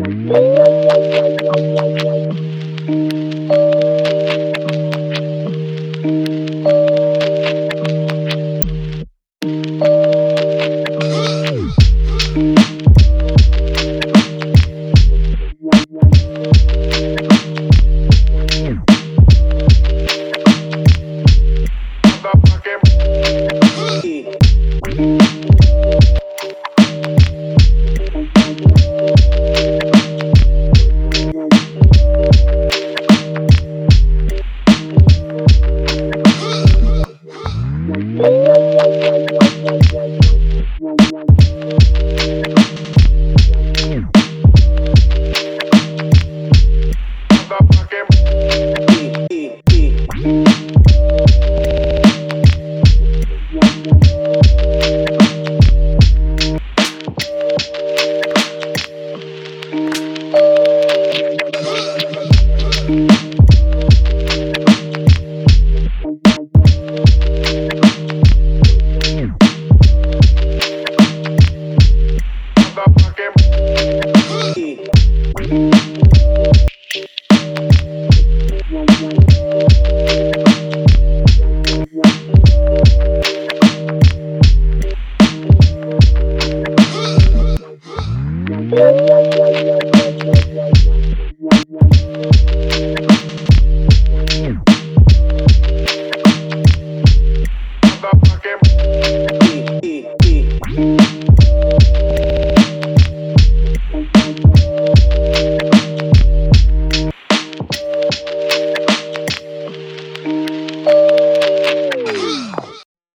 Thank you.